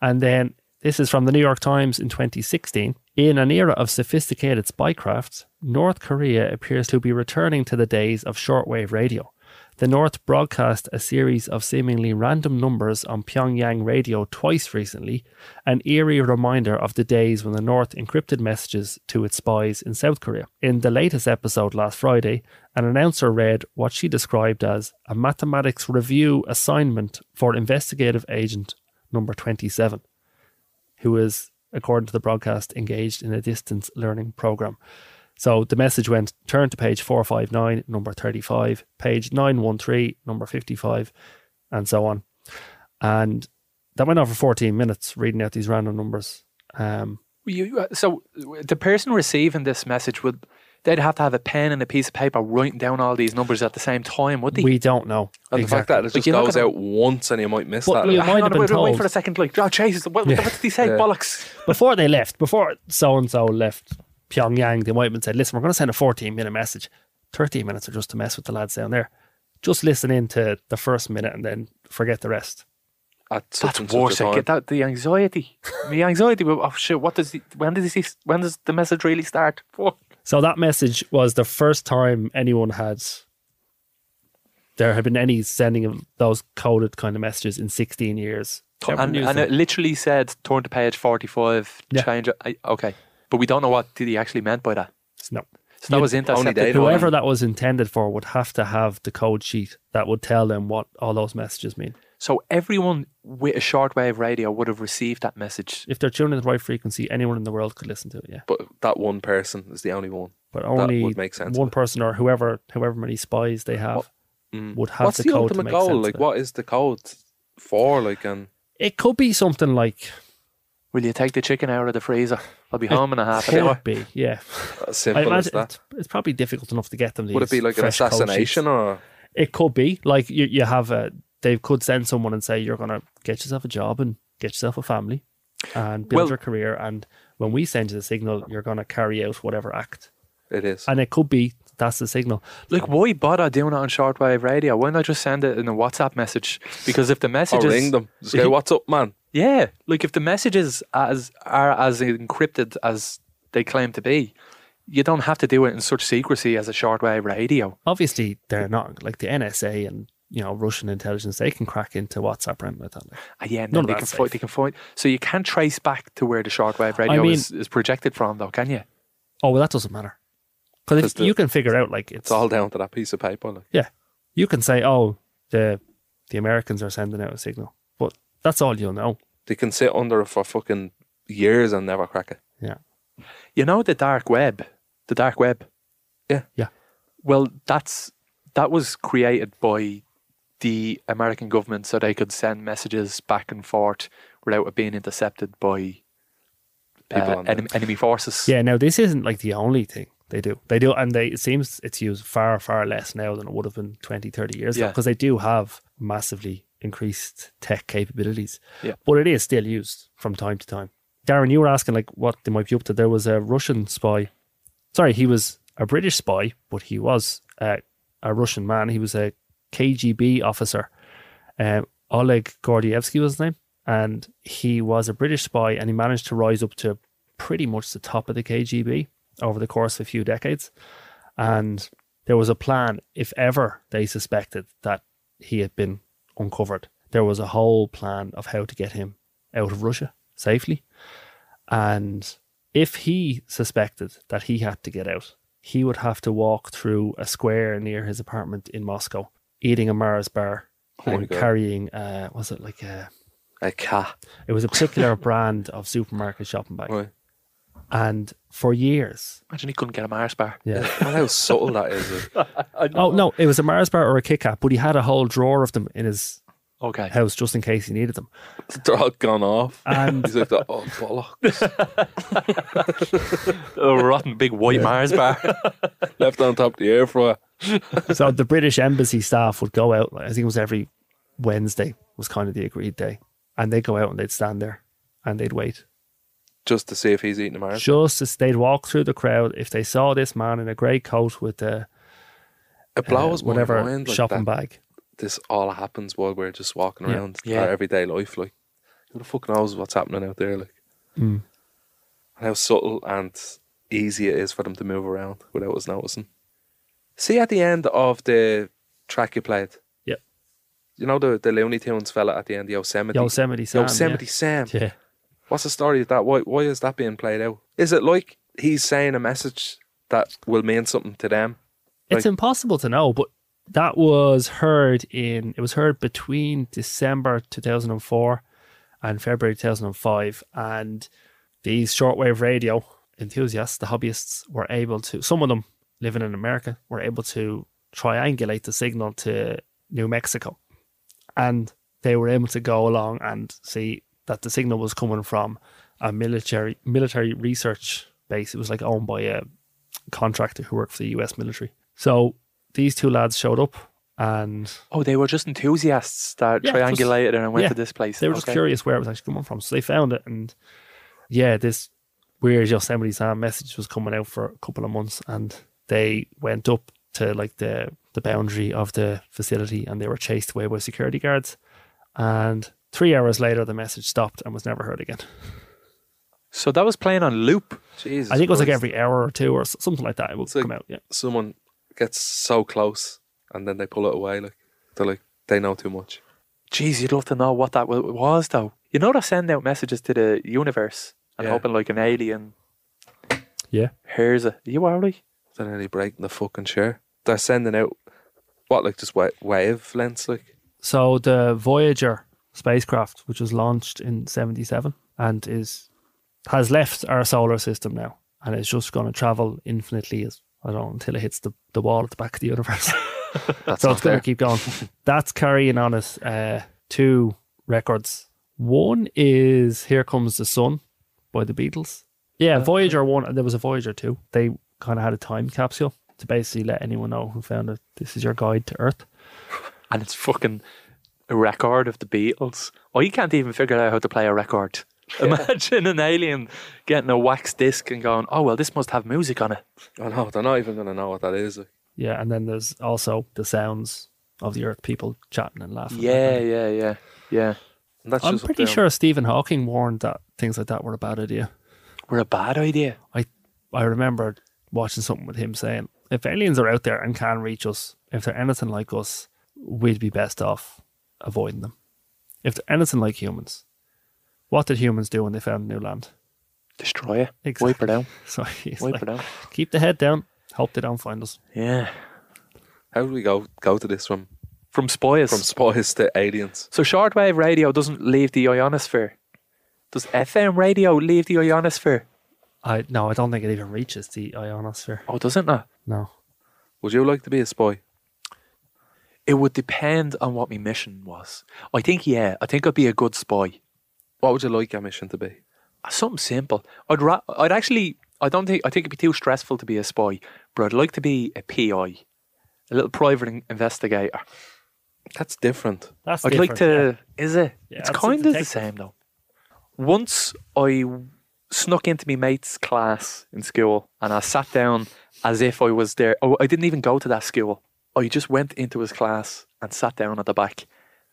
and then this is from the New York Times in 2016. In an era of sophisticated spycraft, North Korea appears to be returning to the days of shortwave radio. The North broadcast a series of seemingly random numbers on Pyongyang radio twice recently, an eerie reminder of the days when the North encrypted messages to its spies in South Korea. In the latest episode last Friday, an announcer read what she described as a mathematics review assignment for investigative agent number 27 who is, according to the broadcast, engaged in a distance learning program. So the message went turn to page 459, number 35, page 913, number 55, and so on. And that went on for 14 minutes, reading out these random numbers. Um,
you, uh, so uh, the person receiving this message would they'd have to have a pen and a piece of paper writing down all these numbers at the same time, would they?
We don't know.
And the fact that it
But
just
you're not
goes
gonna-
out once and you might miss
But
that.
you
like,
might
Hang
have
on,
been
wait, wait, wait for a
told
second. Like, oh Jesus, what,
Yeah.
what did he say?
Yeah.
Bollocks!
before they left, before so and so left Pyongyang, they might have been said, listen, we're going to send a 14 minute message. 13 minutes are just to mess with the lads down there. Just listen in to the first minute and then forget the rest.
at such
That's
and such a
worse. I
time.
get that the anxiety. the anxiety. well, Oh shit! What does he, when does he when does the message really start? Fuck.
So that message was the first time anyone had there had been any sending of those coded kind of messages in 16 years. Everyone
Oh, And,
used
and
them.
it literally said turn to page forty five.
Yeah.
Change. It. I, okay, but we don't know what did he actually meant by that.
no.
So that was intercepted.
they
by-
know.
Whoever that was intended for would have to have the code sheet that would tell them what all those messages mean.
So everyone with a shortwave radio would have received that message.
If they're tuned in the right frequency, anyone in the world could listen to it, yeah.
But that one person is the only one.
but only
would make sense,
one
but-
person or whoever however many spies they have would have
mm, What's
the
the,
code to
ultimate
make
goal?
sense
Like,
of it.
what is the code for? Like, and
It could be something like
Will you take the chicken out of the freezer? I'll be
It
home in a half an hour.
could be, yeah.
as
I
simple as
imagine
that.
it's, it's probably difficult enough to get them. These
Would it be like an
fresh code sheets.
assassination or
It could be like you. You have a. They could send someone and say you're going to get yourself a job and get yourself a family and build
Well-
your career. And when we send you the signal, you're going to carry out whatever act.
it is?
And it could be that's the signal.
Like, why bother doing it on shortwave radio? Why not just send it in a WhatsApp message? Because if the
Or
message is
ring them. Just go, what's up, man?
Yeah, like if the messages as are as encrypted as they claim to be, you don't have to do it in such secrecy as a shortwave radio.
Obviously, they're not like the NSA and you know Russian intelligence. They can crack into WhatsApp or anything like that. Like,
Uh, yeah,
None
no,
of
they can
that's
find.
safe.
They can find. So you can't trace back to where the shortwave radio
mean-
is, is projected from, though, can you?
Oh well, that doesn't matter because
'Cause the-
you can figure out like it's,
It's all down to that piece of paper. Like,
yeah. You can say oh the the Americans are sending out a signal, but that's all you'll know.
they can sit under it for fucking years and never crack it.
Yeah,
You know the dark web, the dark web.
Yeah.
Yeah.
Well, that's that was created by the American government so they could send messages back and forth without it being intercepted by
People
uh,
on the-
enemy, enemy forces.
yeah. Now this isn't like the only thing they do. They do, and they it seems it's used far far less now than it would have been 20, 30 years ago
Yeah.
because they do have massively increased tech capabilities.
Yeah.
but it is still used from time to time. Darren, you were asking like what they might be up to. There was a Russian spy sorry, he was a British spy, but he was uh, a Russian man. He was a KGB officer. Um, Oleg Gordievsky was his name. And he was a British spy and he managed to rise up to pretty much the top of the KGB over the course of a few decades. And there was a plan, if ever they suspected that he had been uncovered, there was a whole plan of how to get him out of Russia safely. And if he suspected that he had to get out, he would have to walk through a square near his apartment in Moscow, eating a Mars bar
Oh my
and
God.
carrying, uh, was it like a,
A cat.
it was a particular brand of supermarket shopping bag.
Right.
And for years,
Imagine he couldn't get a Mars bar.
yeah.
And how subtle that is. like.
oh no, it was a Mars bar or a Kit Kat, but he had a whole drawer of them in his
Okay.
house just in case he needed them.
They're all gone off.
And
He's like, oh, bollocks.
A rotten big white Mars bar.
Left on top of the air for
so the British embassy staff would go out. like, I think it was every Wednesday was kind of the agreed day, and they'd go out and they'd stand there and they'd wait.
just to see if he's eating a marathon.
Just as they'd walk through the crowd, if they saw this man in a grey coat with a
It
uh,
blows my
whatever
mind, like,
shopping
that
bag,
this all happens while we're just walking
Yeah.
around
Yeah.
our everyday life. Like, who the fuck knows what's happening out there? Like,
Mm.
and how subtle and easy it is for them to move around without us noticing. See, at the end of the track you played,
Yep.
you know the the Looney Tunes fella at the end, Yosemite,
Yosemite Sam. yeah.
Yosemite Sam.
yeah.
What's the story of that? Why why is that being played out? Is it like he's saying a message that will mean something to them?
It's
Like-
impossible to know, but that was heard in it was heard between December 2004 and February 2005 and these shortwave radio enthusiasts, the hobbyists were able to some of them living in America were able to triangulate the signal to New Mexico. And they were able to go along and see that the signal was coming from a military military research base. It was like owned by a contractor who worked for the US military. So these two lads showed up and
Oh, they were just enthusiasts that
Yeah, just-
triangulated and went
yeah,
to this place.
they were just
Okay.
curious where it was actually coming from. So they found it and yeah, this weird Yosemite Sam message was coming out for a couple of months and they went up to like the the boundary of the facility and they were chased away by security guards. And three hours later the message stopped and was never heard again.
So that was playing on loop.
Jesus.
I think it was like
Christ.
every hour or two or s- something like that. It would
like-
come out. Yeah.
someone gets so close and then they pull it away. Like they're like they know too much.
Jeez, you'd love to know what that wa- was, though. You know, they send out messages to the universe and
Yeah.
hoping like an alien
Yeah.
hears it. Are you alright?
They're nearly breaking the fucking chair. They're sending out what like just wa- wavelengths. Like
So the Voyager spacecraft, which was launched in '77 and is has left our solar system now, and it's just going to travel infinitely as I don't know, until it hits the, the wall at the back of the universe.
that's
so it's going to keep going. That's carrying on us uh, two records. One is "Here Comes the Sun" by the Beatles. Yeah, Voyager one. and There was a Voyager two. They kind of had a time capsule to basically let anyone know who found it. This is your guide to Earth.
And it's fucking a record of the Beatles. Oh, you can't even figure out how to play a record. Imagine an alien getting a wax disc and going, "Oh well, this must have music on it."
Oh no, they're not even going to know what that is. Like.
Yeah, and then there's also the sounds of the earth, people chatting and laughing.
Yeah, yeah, yeah, yeah.
And that's
I'm
just up
pretty
there.
sure Stephen Hawking warned that things like that were a bad idea.
We're a bad idea.
I remember watching something with him saying, if aliens are out there and can reach us, if they're anything like us, we'd be best off avoiding them. If they're anything like humans, what did humans do when they found new land?
Destroy it. Wipe
Exactly.
it out.
So he's
Wipe
like,
it out.
keep the head down, hope they don't find us.
Yeah.
How do we go go to this from
From spies.
from spies to aliens?
So shortwave radio doesn't leave the ionosphere. Does FM radio leave the ionosphere?
I No, I don't think it even reaches the ionosphere.
Oh, does it not?
No.
Would you like to be a spy?
It would depend on what my mission was. I think yeah. I think I'd be a good spy. Ah,
What would you like your mission to be?
Something simple. I'd ra- I'd actually. I don't think. I think it'd be too stressful to be a spy, but I'd like to be a PI, a little private in- investigator.
That's different.
That's
I'd like
different,
to. Is it?
Yeah,
it's
that's a
kind of the
detective.
same though. Once I snuck into my mate's class in school, and I sat down as if I was there. Oh, I didn't even go to that school. I just went into his class and sat down at the back,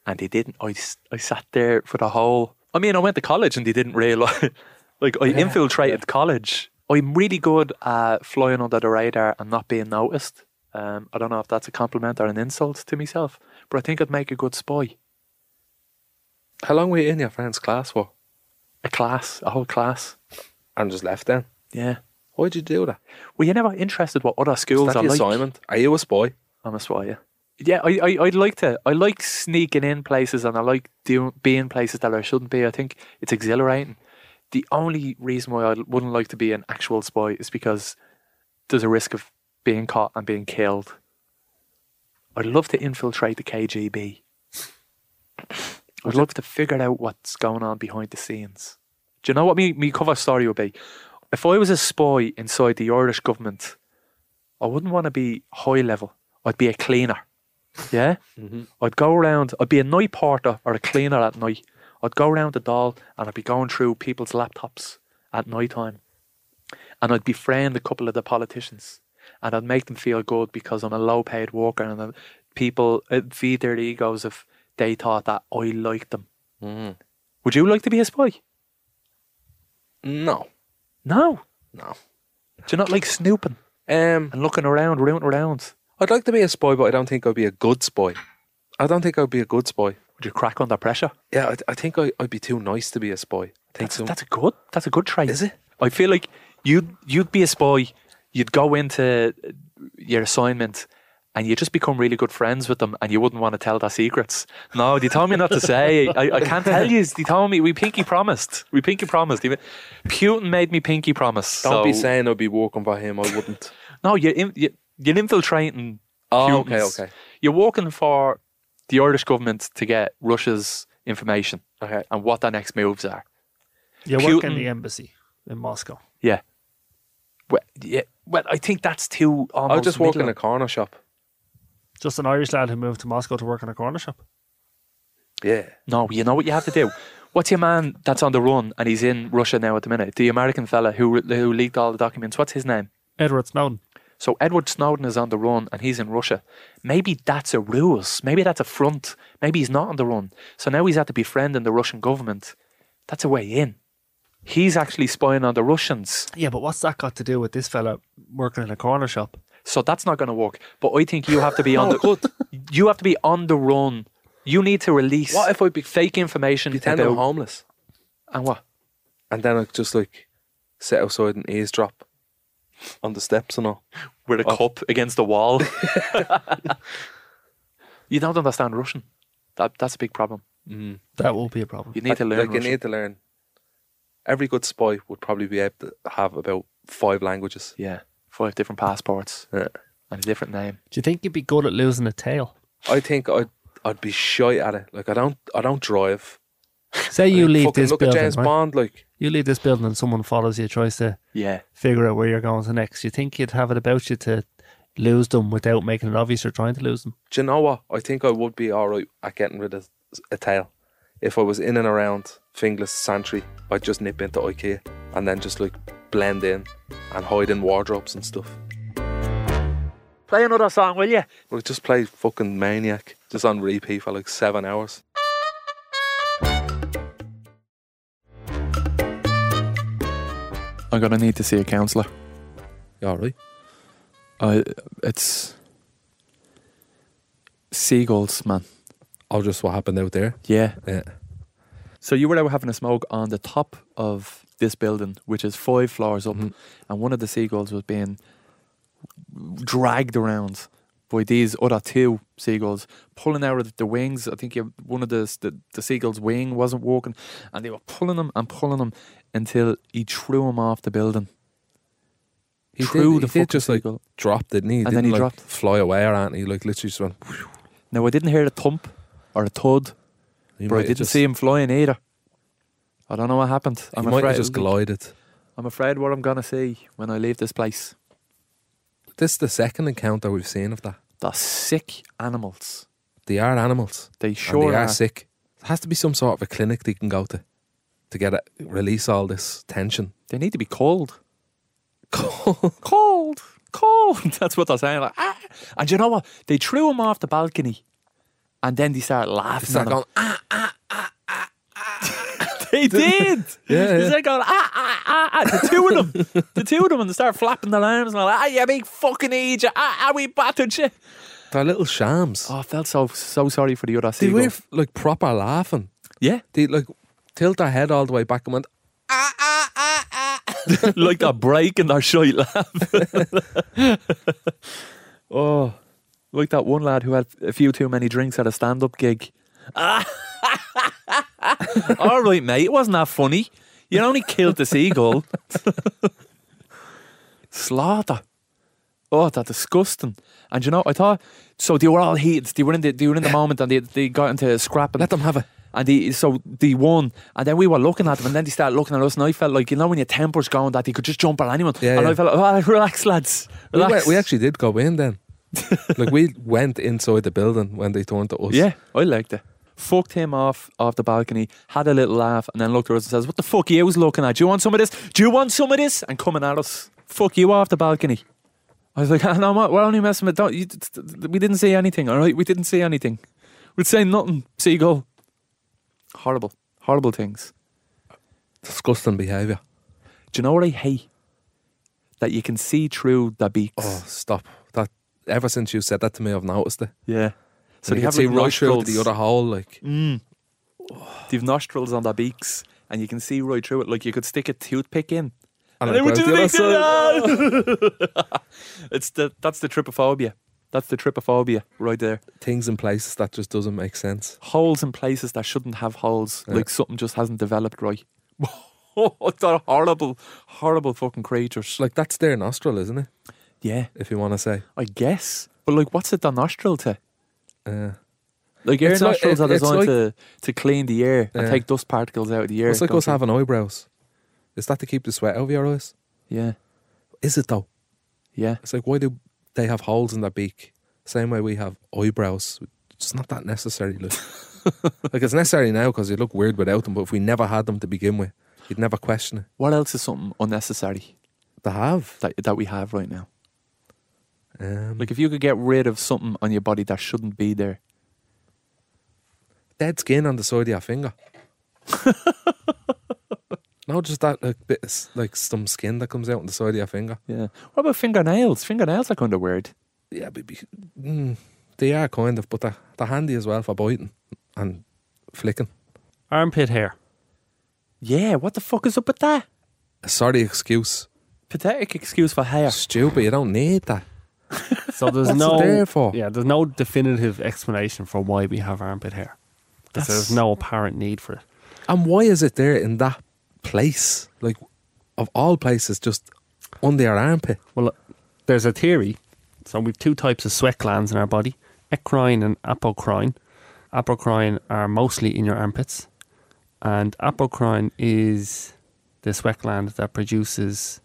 and he didn't. I, s- I sat there for the whole. I mean, I went to college, and he didn't realize. like I infiltrated college. I'm really good at flying under the radar and not being noticed. Um, I don't know if that's a compliment or an insult to myself, but I think I'd make a good spy.
How long were you in your friend's class for?
a class, a whole class.
And just left then.
Yeah.
Why'd you do that?
Well, you're never interested what other
Is
schools
that
are
the
like.
assignment? Are you a spy?
I'm a spy, yeah. Yeah, I, I, I'd like to. I like sneaking in places and I like doing, being places that I shouldn't be. I think it's exhilarating. The only reason why I wouldn't like to be an actual spy is because there's a risk of being caught and being killed. I'd love to infiltrate the KGB. I'd love to figure out what's going on behind the scenes. Do you know what me, me cover story would be? If I was a spy inside the Irish government, I wouldn't want to be high level. I'd be a cleaner. Yeah? I'd go around, I'd be a night porter or a cleaner at night. I'd go around the doll and I'd be going through people's laptops at night time. And I'd befriend a couple of the politicians and I'd make them feel good because I'm a low paid worker and I'd- people it'd feed their egos if they thought that I liked them.
Mm.
Would you like to be a spy?
No.
No.
No.
Do you not like snooping
Um
and looking around, rooting around?
I'd like to be a spy, but I don't think I'd be a good spy. I don't think I'd be a good spy.
Would you crack under pressure?
Yeah, I, I think I, I'd be too nice to be a spy. I think
That's,
so.
that's a good. That's a good trait.
Is it?
I feel like you'd you'd be a spy. You'd go into your assignment, and you just become really good friends with them, and you wouldn't want to tell their secrets. No, they told me not to say. I, I can't tell you. They told me we pinky promised. We pinky promised. Even Putin made me pinky promise.
don't be
so-
saying I'd be working for him. I wouldn't.
No, you're in, you're, you're infiltrating.
Oh, okay,
Putins.
okay.
You're working for the Irish government to get Russia's information
Okay.
and what their next moves are.
You work in
Putin-
the embassy in Moscow.
Yeah. Well, yeah. Well, I think that's too. Almost
I was just walking
middle.
in a corner shop.
Just an Irish lad who moved to Moscow to work in a corner shop.
Yeah.
No, you know what you have to do. What's your man that's on the run and he's in Russia now at the minute? The American fella who who leaked all the documents. What's his name?
Edward Snowden.
So Edward Snowden is on the run and he's in Russia. Maybe that's a ruse. Maybe that's a front. Maybe he's not on the run. So now he's had to befriend in the Russian government. That's a way in. He's actually spying on the Russians.
Yeah, but what's that got to do with this fella working in a corner shop?
So that's not going to work. But I think you have to be on the you have to be on the run. You need to release
What if I be-
fake information
Pretend I'm
about-
homeless.
and what?
And then I just like sit outside and eavesdrop on the steps and all.
with
Oh.
a cup against the wall. you don't understand Russian. That that's a big problem.
That will be a problem.
You need to learn
like
Russian.
you need to learn. Every good spy would probably be able to have about five languages.
yeah, five different passports
Yeah.
and a different name.
Do you think you'd be good at losing a tail?
I think I'd I'd be shy at it. Like I don't I don't drive.
Say you leave
Fucking
this
look
building.
at James
right?
Bond. Like
You leave this building and someone follows you, tries to
Yeah,
figure out where you're going to next. You think you'd have it about you to lose them without making it obvious you're trying to lose them?
do you know what? I think I would be all right at getting rid of a tail. If I was in and around Finglas Santry, I'd just nip into IKEA and then just like blend in and hide in wardrobes and stuff.
play another song, will you?
Well, just play fucking Maniac just on repeat for like seven hours.
I'm gonna need to see a counsellor.
All right.
I it's seagulls, man.
I'll just what happened out there.
Yeah.
Yeah.
So you were out having a smoke on the top of this building, which is five floors
Mm-hmm.
up, and one of the seagulls was being dragged around by these other two seagulls, pulling out of the wings. I think you- one of the, s- the the seagull's wing wasn't working, and they were pulling him and pulling him until he threw him off the building.
He
Threw
did,
the
he did
fucking
just like
seagull.
drop, didn't he?
And then
didn't,
he
like,
dropped.
Fly away or anything. He like literally just went.
Now I didn't hear a thump or a thud,
He
but
might
I
have
didn't
just-
see him flying either. I don't know what happened.
He
I'm
might
afraid
have just glided.
I'm afraid what I'm gonna see when I leave this place.
This is the second encounter we've seen of that.
They're sick animals.
They are animals.
They
and
sure
they are,
are.
sick. There has to be some sort of a clinic they can go to to get a, release all this tension.
They need to be cold. Cold. Cold. Cold. That's what they're saying. Like, ah. And you know what? They threw him off the balcony and then they started laughing.
It's not
at
going. "Ah,
him. They did.
Yeah,
They
yeah.
started going, ah, ah, ah, ah. The two of them. the two of them. And they started flapping their arms and they're like, ah, you big fucking idiot. Ah, ah, we battered you.
They're little shams.
Oh, I felt so, so sorry for the other
they
seagull.
were f- like proper laughing.
yeah.
They like tilt their head all the way back and went.
like they're breaking their shite laugh. oh, like that one lad who had a few too many drinks at a stand up gig. All right, mate, it wasn't that funny. You only killed the seagull. Slaughter. Oh, that's disgusting. And you know, I thought so. They were all heated. They were in the they were in the moment, and they they got into a scrap. And
Let them have it.
and they, so they won, and then we were looking at them, and then they started looking at us, and I felt like you know when your temper's going, that they could just jump at anyone,
Yeah,
and I
yeah.
felt like, oh, relax, lads,
We,
relax.
went- we actually did go in then. like we went inside the building when they turned to us.
yeah, I liked it. Fucked him off off the balcony, had a little laugh, and then looked at us and says, "What the fuck you was looking at? Do you want some of this? Do you want some of this?" And coming at us, fuck you off the balcony. I was like, "Ah, "No, mate, we're only messing with. Don't, you, t- t- t- we didn't see anything. All right, we didn't see anything. We'd say nothing. Seagull. Horrible, horrible things."
Disgusting behaviour.
Do you know what I hate? That you can see through the beaks.
Oh, stop. That ever since you said that to me, I've noticed it.
Yeah. So
you
they
can
have
see
like Mm.
right through to
nostrils.
the other hole, like
They've nostrils on their beaks, and you can see right through it. Like you could stick a toothpick in.
and,
And they
it
would
goes
do
the other
things
side.
like- It's the that's the trypophobia. That's the trypophobia right there.
things in places that just doesn't make sense.
Holes in places that shouldn't have holes. Like something just hasn't developed right. Oh, they're horrible, horrible fucking creatures.
Like that's their nostril, isn't it?
Yeah,
If you want to say,
I guess. But like, what's it their nostril to?
uh,
Like air
It's like-
nostrils
it-
are
it's
designed
like-
to, to clean the air and
Yeah.
take dust particles out of the air.
it's like
don't
us
you?
having eyebrows. Is that to keep the sweat out of your eyes?
Yeah.
Is it though?
Yeah.
It's like why do they have holes in their beak? Same way we have eyebrows. It's not that necessary. Look, like it's necessary now because you look weird without them. But if we never had them to begin with, you'd never question it.
What else is something unnecessary
They have.
that, that we have right now?
Um,
Like, if you could get rid of something on your body that shouldn't be there,
dead skin on the side of your finger. no, just that like bit, of s- like some skin that comes out on the side of your finger.
yeah. What about fingernails? Fingernails are kind of weird.
Yeah, but be, mm, they are kind of, but they're, they're handy as well for biting and flicking.
Armpit hair.
Yeah. What the fuck is up with that?
A sorry excuse.
Pathetic excuse for hair.
Stupid. You don't need that.
So there's
What's it
no
there for?
yeah, there's no definitive explanation for why we have armpit hair.
That's-
'Cause there's no apparent need for it.
And why is it there in that place? Like, of all places, just under your armpit.
Well, look, there's a theory. So we've two types of sweat glands in our body: eccrine and apocrine. Apocrine are mostly in your armpits, and apocrine is the sweat gland that produces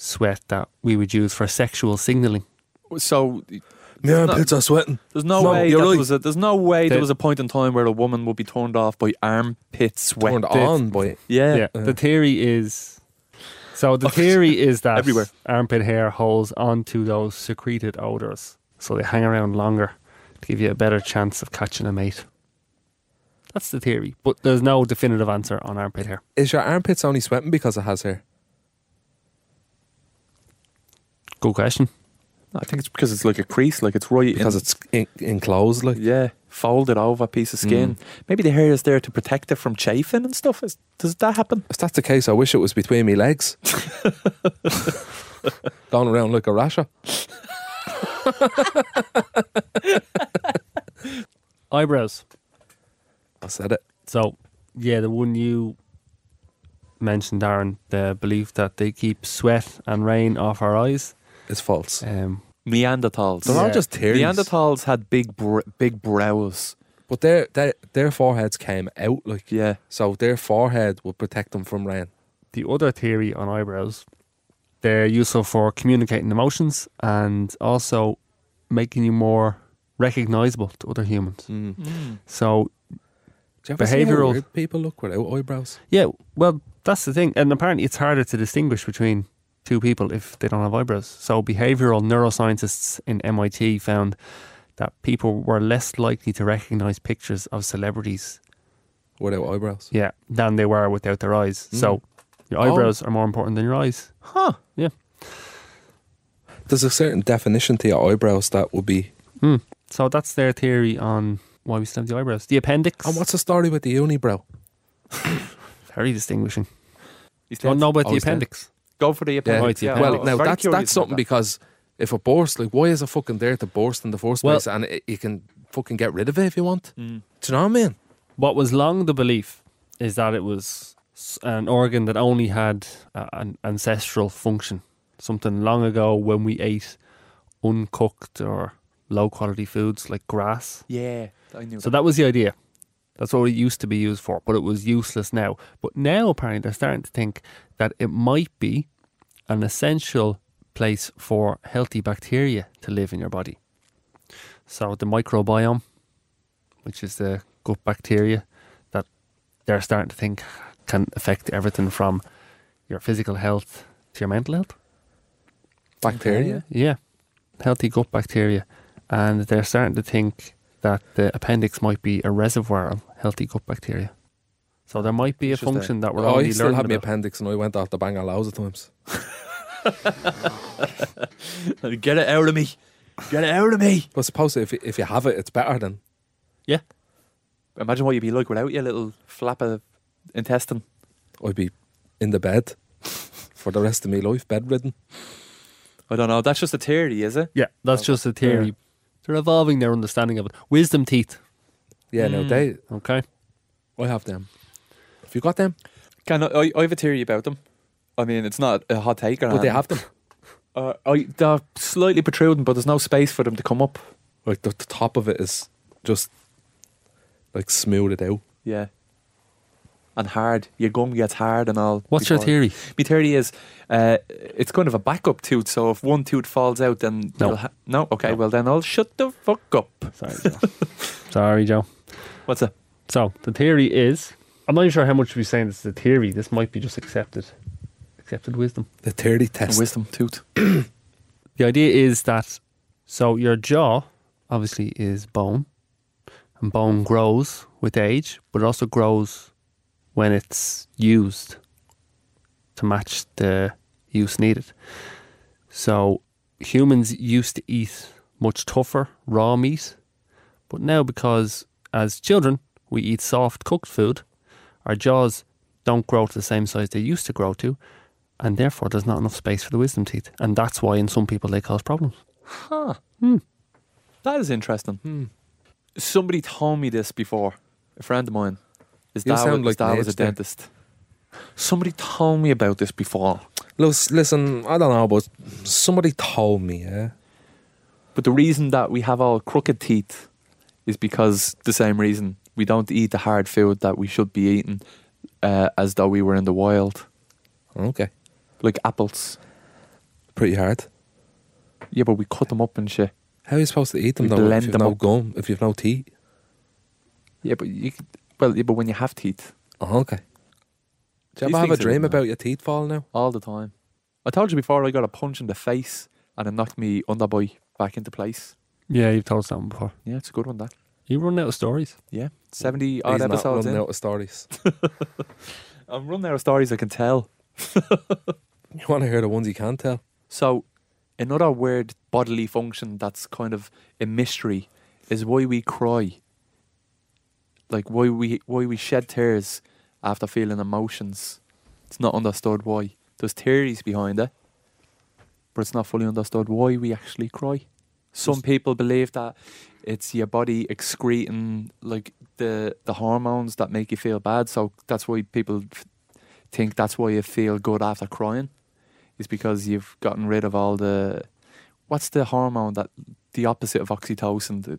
sweat that we would use for sexual signaling.
So
My armpits are sweating.
there's no,
No,
way that
you're right.
was a, there's no way there
The-
was a point in time where a woman would be turned off by armpit sweat.
Turned on by it.
Yeah.
yeah. The theory is so the theory is that
Everywhere.
armpit hair holds onto those secreted odors, so they hang around longer to give you a better chance of catching a mate. That's the theory, but there's no definitive answer on armpit hair.
Is your armpits only sweating because it has hair?
Good question.
I think it's because it's like a crease, like it's Mm. right
Because
in,
it's in- enclosed, like.
yeah folded over a piece of skin. Maybe the hair is there to protect it from chafing and stuff. Is, does that happen?
If that's the case, I wish it was between me legs. Going around like a rasher.
Eyebrows.
I said it.
So, yeah, the one you mentioned, Darren, the belief that they keep sweat and rain off our eyes.
It's false.
Um,
Neanderthals.
They're all just tears.
Neanderthals had big br- big brows.
But their, their their foreheads came out like
Yeah.
so their forehead would protect them from rain.
the other theory on eyebrows, they're useful for communicating emotions and also making you more recognizable to other humans. So,
Do you ever see how
Behavioural-
weird people look without eyebrows?
yeah, well, that's the thing. And apparently, it's harder to distinguish between two people if they don't have eyebrows. So, behavioral neuroscientists in MIT found that people were less likely to recognize pictures of celebrities,
Without eyebrows.
yeah, than they were without their eyes. So, your
Oh.
eyebrows are more important than your eyes.
Huh.
Yeah.
There's a certain definition to your eyebrows that would be
So that's their theory on why we still have the eyebrows. The appendix.
And what's the story with the unibrow?
very distinguishing.
He's
Don't
dead.
know about
Oh,
the
he's dead.
appendix.
Go for the appendix.
Right, the
yeah.
appendix.
Well,
I'm
now
very
that's
curious
that's
about
something
that.
because if it bursts, like why is it fucking there to burst in the first
Well-
place? And it, you can fucking get rid of it if you want. Do you know what I mean?
What was long the belief is that it was s- an organ that only had a- an ancestral function. Something long ago when we ate uncooked or low quality foods like grass.
Yeah, I knew.
So
that.
that was the idea. That's what it used to be used for, but it was useless now. But now apparently they're starting to think that it might be an essential place for healthy bacteria to live in your body. So the microbiome, which is the gut bacteria that they're starting to think can affect everything from your physical health to your mental health.
Bacteria.
Yeah, healthy gut bacteria, and they're starting to think that the appendix might be a reservoir of healthy gut bacteria. So there might be a
It's just a-
function that we're
Oh, I
already
still
learning
had my
about.
appendix and I went off the banger loads of times.
Get it out of me. Get it out of me.
But suppose if if you have it, it's better than
yeah,
Imagine what you'd be like without your little flap of intestine.
I'd be in the bed for the rest of my life, bedridden.
I don't know. That's just a theory, is it?
yeah, that's just a theory. They're evolving their understanding of it. Wisdom teeth.
Yeah,
Mm.
no, they.
Okay.
I have them. Have you got them?
Can I, I, I have a theory about them. I mean, it's not a hot take or
But Oh, they
anything.
have them.
Uh, I, they're slightly protruding, but there's no space for them to come up.
Like the, the top of it is just like smoothed out.
Yeah. and hard. Your gum gets hard and all.
What's your
before-
theory?
My theory is uh, it's kind of a backup tooth. So if one tooth falls out, then
No.
you'll ha- no. Okay, well then I'll shut the fuck up.
Sorry, Joe. Sorry, Joe.
What's a
So the theory is, I'm not even sure how much we're saying this is a theory. This might be just accepted, accepted wisdom.
The 30 test.
wisdom tooth?
The idea is that so your jaw obviously is bone, and bone grows with age, but it also grows when it's used to match the use needed. So humans used to eat much tougher raw meat, but now because as children we eat soft cooked food, our jaws don't grow to the same size they used to grow to, and therefore there's not enough space for the wisdom teeth. And that's why in some people they cause problems.
That is interesting.
Hmm.
Somebody told me this before. A friend of mine. His
You
dad,
sound
was,
like
his dad was a
Nibs there.
dentist. Somebody told me about this before.
Lis- Listen, I don't know, but somebody told me, yeah.
But the reason that we have all crooked teeth is because the same reason we don't eat the hard food that we should be eating uh, as though we were in the wild,
Okay.
like apples.
Pretty hard.
Yeah, but we cut them up and shit.
How are you supposed to eat them
You
though?
blend
If you've
them
no
up.
gum, if you've no teeth.
Yeah, but you could, well, yeah, but when you have teeth
Oh, okay. Do you
These
ever have a
things are
dream
really
about your teeth falling out?
all the time. I told you before I got a punch in the face and it knocked me underbite back into place.
Yeah, you've told us that one before.
Yeah, it's a good one that.
You run out of stories.
Yeah, seventy
He's
odd
not
episodes
running
in.
out of stories.
I'm running out of stories I can tell.
you want to hear the ones you can tell?
So, another weird bodily function that's kind of a mystery is why we cry. Like why we why we shed tears after feeling emotions. It's not understood why. There's theories behind it, but it's not fully understood why we actually cry. Some people believe that it's your body excreting like the the hormones that make you feel bad. So that's why people f- think that's why you feel good after crying is because you've gotten rid of all the what's the hormone that the opposite of oxytocin the-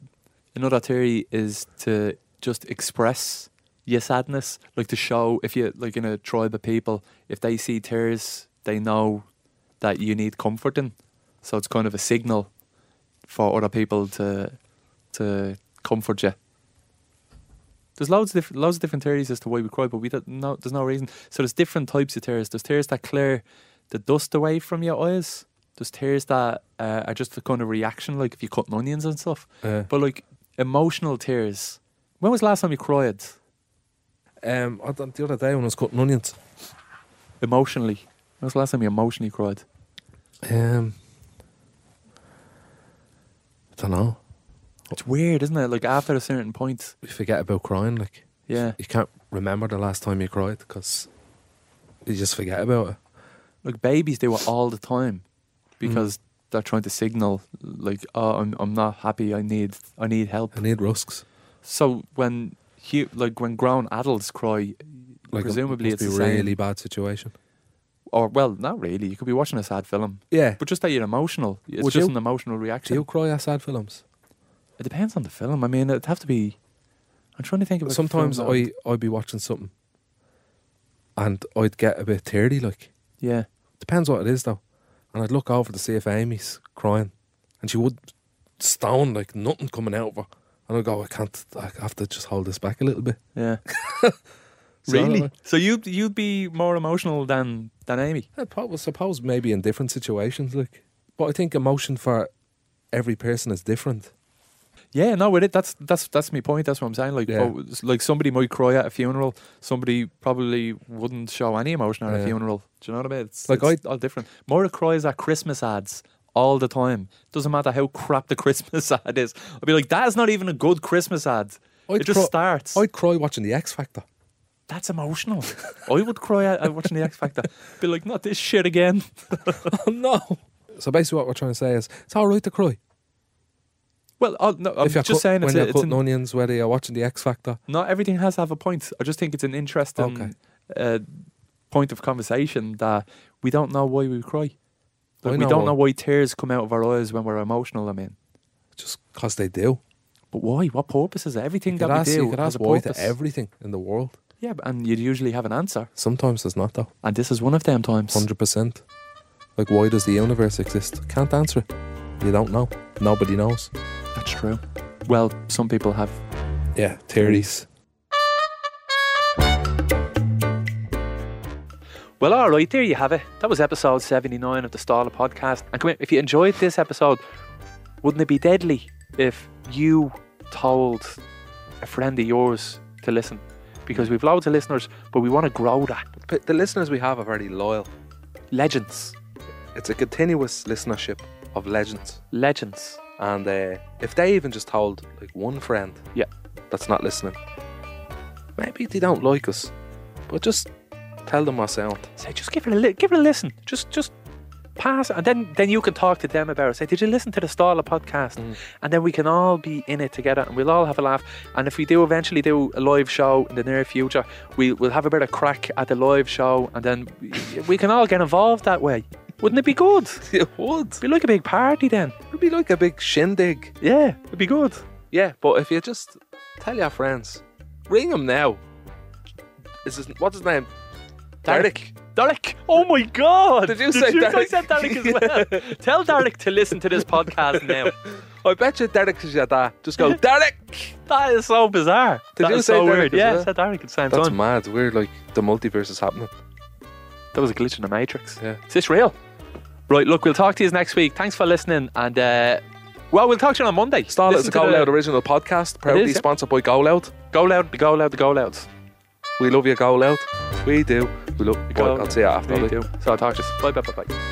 another theory is to just express your sadness like to show if you like in a tribe of people if they see tears they know that you need comforting so it's kind of a signal for other people to to comfort you there's loads of diff- loads of different theories as to why we cry but we don't know there's no reason so there's different types of tears there's tears that clear the dust away from your eyes. There's tears that uh, are just a kind of reaction, like if you cut onions and stuff.
Yeah.
But like emotional tears. When was the last time you cried
Um, I done- the other day when I was cutting onions,
emotionally? When was the last time you emotionally cried?
um, I don't know.
It's weird, isn't it? Like after a certain point.
You forget about crying. Like
Yeah.
you can't remember the last time you cried because you just forget about it.
Like babies do it all the time because
Mm.
they're trying to signal like, oh, I'm I'm not happy. I need I need help.
I need rusks.
So when hu like when grown adults cry,
Like
presumably
it
it's
must
the
be
same.
really bad situation.
or well, not really. You could be watching a sad film.
Yeah.
But just that you're emotional. It's
Would
just
you?
an emotional
Do
reaction.
you cry at sad films?
It depends on the film. I mean, it'd have to be. I'm trying to think about.
Sometimes
films
I I'd be watching something, and I'd get a bit teary. Like
Yeah.
depends what it is though, and I'd look over to see if Amy's crying, and she would stone like nothing coming out of her, and I'd go, I can't. I have to just hold this back a little bit.
Yeah.
So I don't know.
So you'd you'd be more emotional than than Amy.
I prob- suppose maybe in different situations, like. But I think emotion for every person is different.
Yeah. No, with it, that's that's that's my point. That's what I'm saying. Like,
Yeah.
oh, s- like somebody might cry at a funeral. Somebody probably wouldn't show any emotion at a
Yeah.
funeral. Do you know what I mean? It's
Like
like all different. Maura cries at Christmas ads all the time. Doesn't matter how crap the Christmas ad is. I'd be like, that is not even a good Christmas ad.
I'd
it just
cry-
starts.
I'd cry watching The X Factor.
that's emotional. I would cry out out watching the X Factor. Be like, not this shit again.
Oh no! So basically, what we're trying to say is it's all right to cry.
Well, I'll, no, I'm
if you're cut-
just saying
when
it's,
you're
a, it's
cutting
an,
onions, whether you're watching The X Factor,
not everything has to have a point. I just think it's an interesting uh, point of conversation that we don't know why we cry.
I
Like, we
know
don't
why.
know why tears come out of our eyes when we're emotional. I mean,
just 'cause they do.
but why? What purpose is it? Everything
You
that
could
we
ask,
do
you could
has
ask
a
why
purpose.
to everything in the world.
Yeah, but- and you'd usually have an answer.
Sometimes there's not, though.
And this is one of them times.
100%. Like, why does the universe exist? Can't answer it. You don't know. Nobody knows.
That's true. Well, some people have.
Yeah, theories.
Well, all right, there you have it. That was episode 79 of the Stala podcast. And come here, if you enjoyed this episode, wouldn't it be deadly if you told a friend of yours to listen? Because we've loads of listeners, but we want to grow that.
But the listeners we have are very loyal.
Legends.
It's a continuous listenership of legends.
Legends.
And uh, if they even just told like one friend,
Yeah.
that's not listening, maybe they don't like us, but just tell them our sound.
Say, just give it a li- give it a listen. Just just pass, it. and then then you can talk to them about it. Say, did you listen to the Starla podcast?
Mm.
And then we can all be in it together, and we'll all have a laugh. And if we do eventually do a live show in the near future, we will have a bit of crack at the live show, and then we, we can all get involved that way. Wouldn't it be good? It'd
It would.
be like a big party then.
It'd be like a big shindig.
Yeah, it'd be good.
Yeah, but if you just tell your friends, ring them now. Is his, what's his name? Derek.
Derek, oh my God!
Did you say
I
Derek?
said Derek as well. Tell Derek to listen to this podcast now.
I bet you Derek is your dad. Just go, Derek!
That is so bizarre.
Did
That
you
is
say
so
Derek
weird.
as
Yeah,
well?
I said Derek at the same
That's
time.
mad. We're like, the multiverse is happening.
that was a glitch in the matrix.
Yeah.
Is this real? Right, look, we'll talk to you next week. Thanks for listening. And, uh, well, we'll talk to you on Monday.
Starlet is
Listen
a
to
Go
the-
Loud original podcast, proudly
yeah.
sponsored by Go Loud.
Go loud, the go loud, the go louds.
We love you, Go Loud. We do. We love.
Go
I'll see you after.
We
like.
do. So I'll talk to you. Bye, bye, bye, bye.